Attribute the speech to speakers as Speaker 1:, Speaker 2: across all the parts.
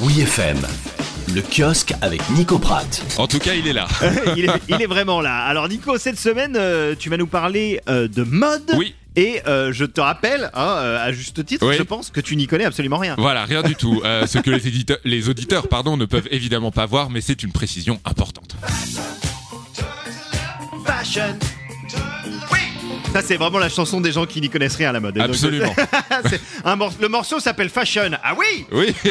Speaker 1: Oui FM, le kiosque avec Nico Pratt.
Speaker 2: En tout cas, il est là.
Speaker 3: il, est, il est vraiment là. Alors Nico, cette semaine, euh, tu vas nous parler euh, de mode.
Speaker 2: Oui.
Speaker 3: Et euh, je te rappelle, hein, euh, à juste titre,
Speaker 2: Oui.
Speaker 3: je pense que tu n'y connais absolument rien.
Speaker 2: Voilà, rien du tout. Euh, ce que les éditeurs, les auditeurs pardon, ne peuvent évidemment pas voir, mais c'est une précision importante.
Speaker 3: Fashion. Ça, c'est vraiment la chanson des gens qui n'y connaissent rien à la mode. Et donc,
Speaker 2: Absolument.
Speaker 3: c'est un mor- le morceau s'appelle Fashion. Ah oui
Speaker 2: Oui,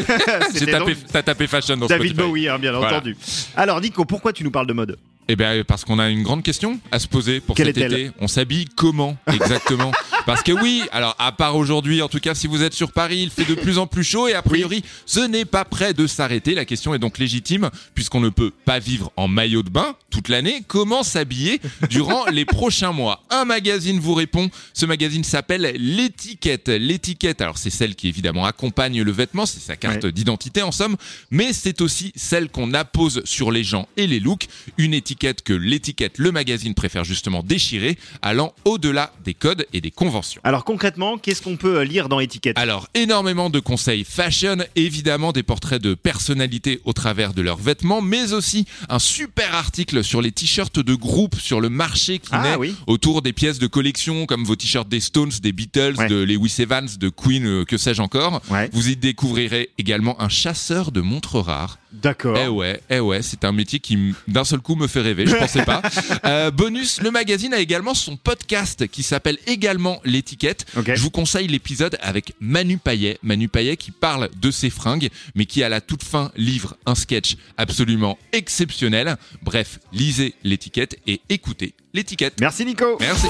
Speaker 2: j'ai
Speaker 3: C'était
Speaker 2: tapé,
Speaker 3: donc
Speaker 2: t'as tapé fashion dans
Speaker 3: David
Speaker 2: Spotify.
Speaker 3: Bowie, hein, bien
Speaker 2: Voilà.
Speaker 3: entendu. Alors Nico, pourquoi tu nous parles de mode
Speaker 2: Eh bien, parce qu'on a une grande question à se poser pour
Speaker 3: Quelle
Speaker 2: cet
Speaker 3: est-elle
Speaker 2: été. On s'habille comment exactement Parce que oui, alors à part aujourd'hui, en tout cas, si vous êtes sur Paris, il fait de plus en plus chaud et a priori, ce n'est pas près de s'arrêter. La question est donc légitime puisqu'on ne peut pas vivre en maillot de bain toute l'année. Comment s'habiller durant les prochains mois Un magazine vous répond. Ce magazine s'appelle l'étiquette. L'étiquette, alors c'est celle qui évidemment accompagne le vêtement, c'est sa carte
Speaker 3: Ouais.
Speaker 2: d'identité en somme, mais c'est aussi celle qu'on appose sur les gens et les looks, une étiquette que l'étiquette, le magazine préfère justement déchirer, allant au-delà des codes et des conventions.
Speaker 3: Alors concrètement, qu'est-ce qu'on peut euh, lire dans Étiquette
Speaker 2: Alors, énormément de conseils fashion, évidemment des portraits de personnalités au travers de leurs vêtements, mais aussi un super article sur les t-shirts de groupe sur le marché qui
Speaker 3: Ah
Speaker 2: naît
Speaker 3: oui.
Speaker 2: autour des pièces de collection comme vos t-shirts des Stones, des Beatles,
Speaker 3: Ouais.
Speaker 2: de Lewis Evans, de Queen, euh, que sais-je encore.
Speaker 3: Ouais.
Speaker 2: Vous y découvrirez également un chasseur de montres rares.
Speaker 3: D'accord.
Speaker 2: Eh ouais, eh ouais, c'est un métier qui m- d'un seul coup me fait rêver, je pensais pas. Euh, bonus, le magazine a également son podcast qui s'appelle également l'étiquette.
Speaker 3: Ok.
Speaker 2: Je vous conseille l'épisode avec Manu Payet. Manu Payet qui parle de ses fringues, mais qui à la toute fin livre un sketch absolument exceptionnel. Bref, lisez l'étiquette et écoutez l'étiquette.
Speaker 3: Merci Nico.
Speaker 2: Merci.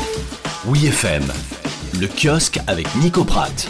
Speaker 1: Oui FM, le kiosque avec Nico Pratt.